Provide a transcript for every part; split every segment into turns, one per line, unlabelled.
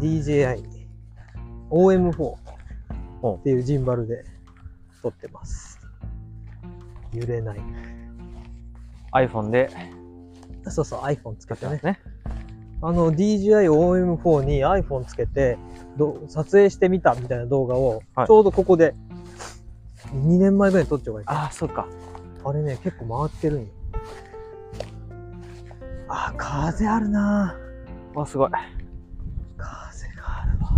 DJI OM4
うん
っていうジンバルで撮ってます。揺れない。
iPhone で
そうそう、iPhone つけて
や
ね
つ。ね。
あの DJI OM4 に iPhone つけてど撮影してみたみたいな動画を、
はい
ちょうどここで2年前ぐらいに撮っちゃうからい
ああ、そうか。
あれね結構回ってるんよあー風あるな
わ、すごい。
風があるわ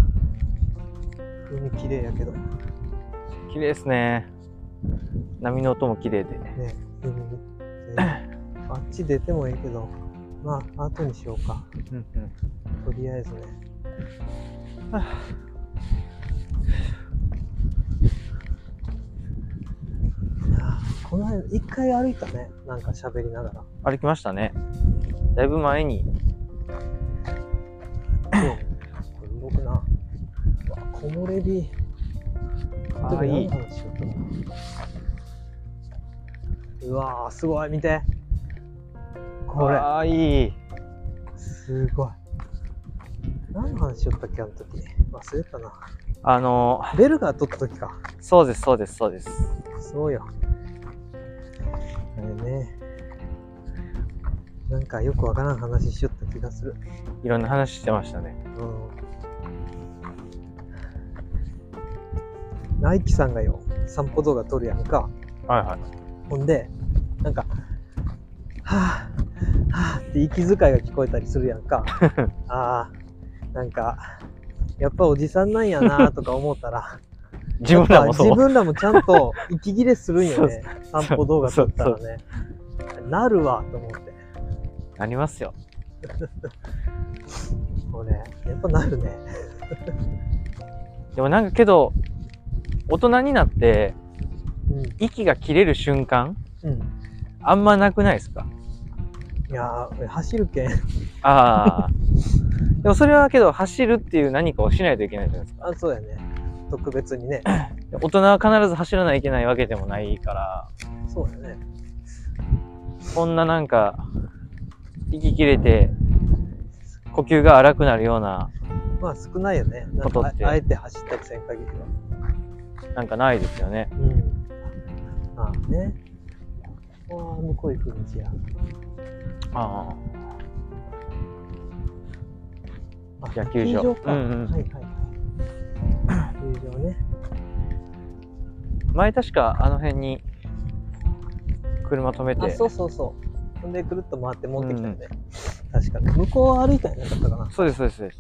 海綺麗やけどね
綺麗ですね。波の音も綺麗で。
海に、ねあっち出てもいいけどまあ後にしようか
うんうん
とりあえずね
は
いやーこの辺一回歩いたねなんか喋りながら
歩きましたね。だいぶ前に。
そうこれ動くな。うわ、木漏れ日。
ああ、いい
何の。話しようかなうわー、すごい、見て。これ、
ああ、いい。
すごい。何の話しよったっけ、あの時。忘れたな。
あの
ベルが取った時か。
ー、そうです、そうです、そうです。
そうよ。あれね。なんかよくわからん話しよった気がする。
いろんな話してましたね。
うんナイキさんがよ、散歩動画撮るやんか。
はいはい。
ほんで、なんか、はぁ、はぁって息遣いが聞こえたりするやん か。ああ、なんか、やっぱおじさんなんやなとか思ったら、
自分らもそう。
自分らもちゃんと息切れするんよね。散歩動画撮ったらね。なるわと思って。
なりますよ。
これ、やっぱなるね。
でもなんかけど、大人になって、
う
息が切れる瞬間、
ん。うん。
あんまなくないです か
いやー、俺走るけん。
ああ。でもそれはけど、走るっていう何かをしないといけないじゃないですか。
あ、そうやね。特別に ね。
大人は必ず走らないといけないわけでもないから、
そうやね。
こんななんか、息切れて、呼吸が荒くなるような、
まあ少ないよね。なん
こと
か
って
ああえて走ったりせん限りは。
なんかないですよね。
うん。まあね。ああ、向こう行く道や。
ああ。
あ
野球場
野球場か。
うんうん
はいはいはい。球場ね。
前確かあの辺に、車止め
あ、
て、
そうそうそう。ほんで、くるっと回って持ってきたよね。確かに。向こうは歩いたんやなかったかな。
そうです、そうですそうです。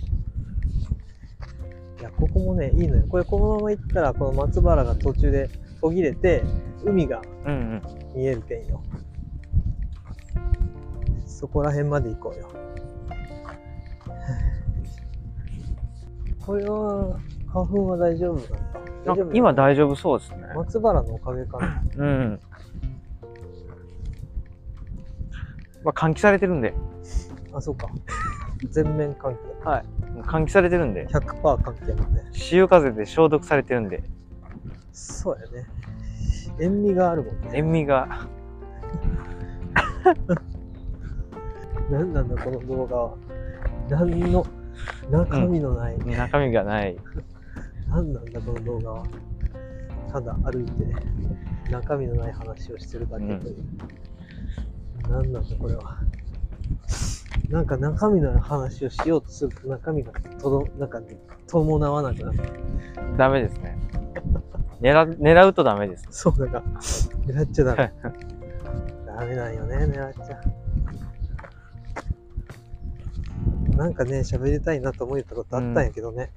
いや、ここもね、いいのよ。これ、このまま行ったら、この松原が途中で途切れて、海が
うんうん。
見えるけんよ。そこら辺まで行こうよ。これは、花粉は大丈夫なんだ。大
な
丈
んか
夫
今大丈夫そうですね。
松原のおかげかな。
うん。まあ、換気されてるんで。
あ、そうか。全面関係。
はい。換気されてるんで。
100%関係もね。
潮風で消毒されてるんで、
そうやね。塩味があるもんね。
塩味が。
なんなんだ、この動画は。何の中身のない、
中身がない。
なんなんだこの動画は。ただ歩いて、中身のない話をしてるだけという。なんなんだこれは。なんか中身のある話をしようとすると中身がとど、なんか伴わなくなる。
ダメですね。狙狙うとダメです。
そう、なんか、狙っちゃダメ。ダメなんよね、狙っちゃ。なんかね、喋りたいなと思ったことあったんやけどね。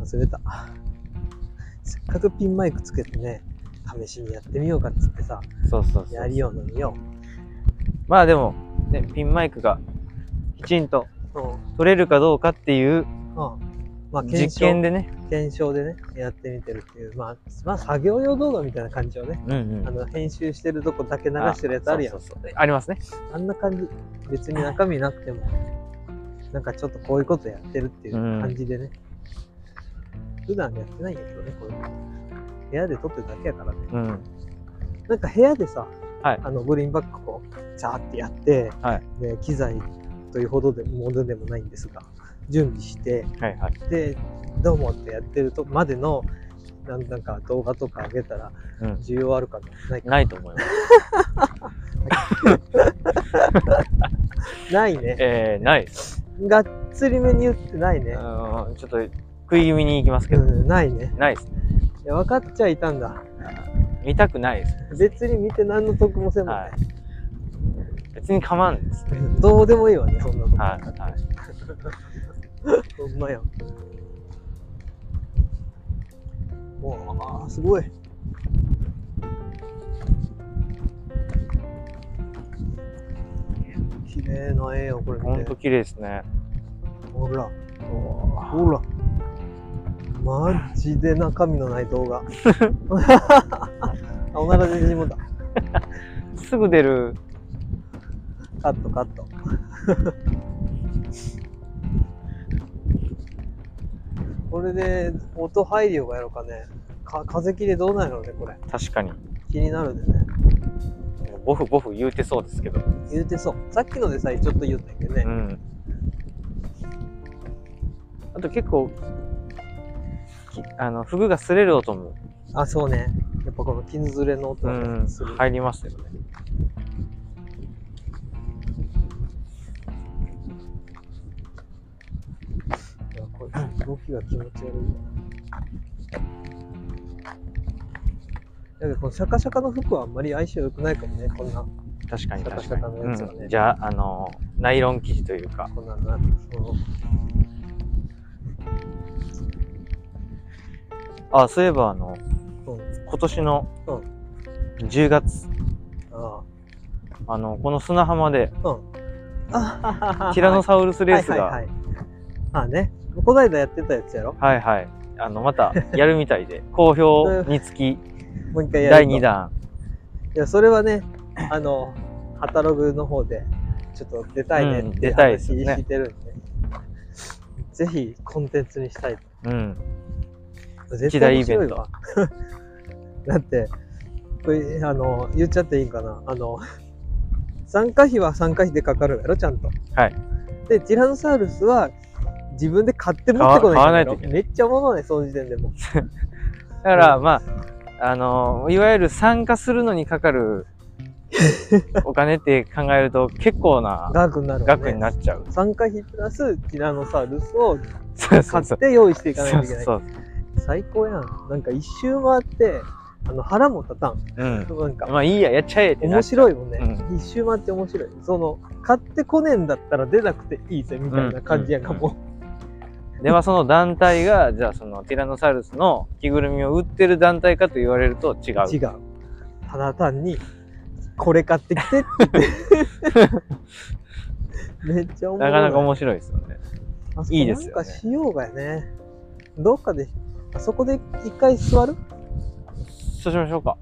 忘れた。せっかくピンマイクつけてね、試しにやってみようかっつってさ、
そうそうそ
や
う。
りようのによ。
まあでも、ね、ピンマイクがきちんと
うん。
取れるかどうかっていう
うん。まあ、検
実験
証、
でね。
検証でね、やってみてるっていう。まあ、まあ、作業用動画みたいな感じをね、
うんうん
あの、編集してるとこだけ流してるやつあるやん
そう。そうそうありますね。
あんな感じ、別に中身なくても、なんかちょっとこういうことやってるっていう感じでね。普段やってないんやけどね、これ。部屋で撮ってるだけやからね。
うん。
なんか部屋でさ、
はい
あのグリーンバックこう、ジャーってやって、
はい
で機材というほどでものでもないんですが、準備して、
はいはい。
で、どうもってやってるとまでの、なんなんか動画とか上げたら、
うん。
需要あるかないか
ないと思い ます。
ないね。
えー、ないです。
がっつりめに言ってないね
う。ーんちょっと食い気味に行きますけ
う
ど、
ん、ないね。
ないです。
いや、分かっちゃいたんだ。
見たくないです。
別に見て何の得もせんもん
は
ね。
い。別に構わんです。
うんどうでもいいわね、そんなとこ。
はいはい。
ほんまやん。わあ、すごい。綺麗な絵よ、これ
ほ
見
んと
て。
綺麗ですね。
ほら。ほら。マジで中身のない動 画。 あ、おならで縮もだ。
すぐ出る。
カットカット。 これで音配慮がやろうかね。か風切りどうなんやろうね、これ。
確かに。
気になるでね。
ボフボフ言うてそうですけど。
言うてそう。さっきのでさえちょっと言ったんやけどね
う。ん。あと結構、きあの、服が擦れる音も、
あ、そうね。やっぱこの絹ずれの音
う
がね
ん
する。、
入りますよね。
いやこれ動きが気持ち悪いな。だけどこのシャカシャカの服はあんまり相性良くないかもね、こんな、
確かに
シャカ
確
シ
か
ャ
に。
カのやつはね
うん、じゃあ、あの、ナイロン生地というか、
こんなのな。そう
あ、そういえばあの、
うん
今年の
う
10月、
あ
あの、この砂浜で、
あ。うん。あ
ティラノサウルスレースが、
はいはいはい、ああね。こないだやってたやつやろ
はいはい。あの、またやるみたいで、好評につ き、
もう一回やる
第
と
2弾。
いや、それはね、あの、ハタログの方で、ちょっと出たいね
う
っ
ん
てい
出
う
たいです
話
よね
聞いてるんで、ぜひコンテンツにしたい。
うん。
絶対面白いわ。 だって、これ、あの、言っちゃっていいんかな。あの、参加費は参加費でかかるやろ、ちゃんと。
はい。
で、ティラノサウルスは、自分で買って持ってこないんだ
買わ買わないといけない
めっちゃ物ね、その時点でもう。
だから、まあ、あの、いわゆる参加するのにか かるお金って考えると結構な
額になるわ、ね。
額になっちゃう。
参加費プラスティラノサウルスを
そうそ
買
うそ
っ。
う
て用意していかない
そ
と
う
いけない。
そう。
最高やん。なんか一周回って、あの腹も立たん。
うん。
なんか、
まあいいや、やっちゃえってな
面
っちゃ
白いもんね。
う
一周回って面白い。その、買ってこねえんだったら出なくていいぜ、みたいな感じやんか
うん
も
う。で、まあその団体が、じゃあそのティラノサウルスの着ぐるみを売ってる団体かと言われると違う。
う。違う。ただ単に、これ買ってき てって言って。めっちゃ面白。
ないかなか面白いですよね。
あそこ
いいですよね
なんかしようがやね。どっかで、あそこで一回座る
そうしましょうか。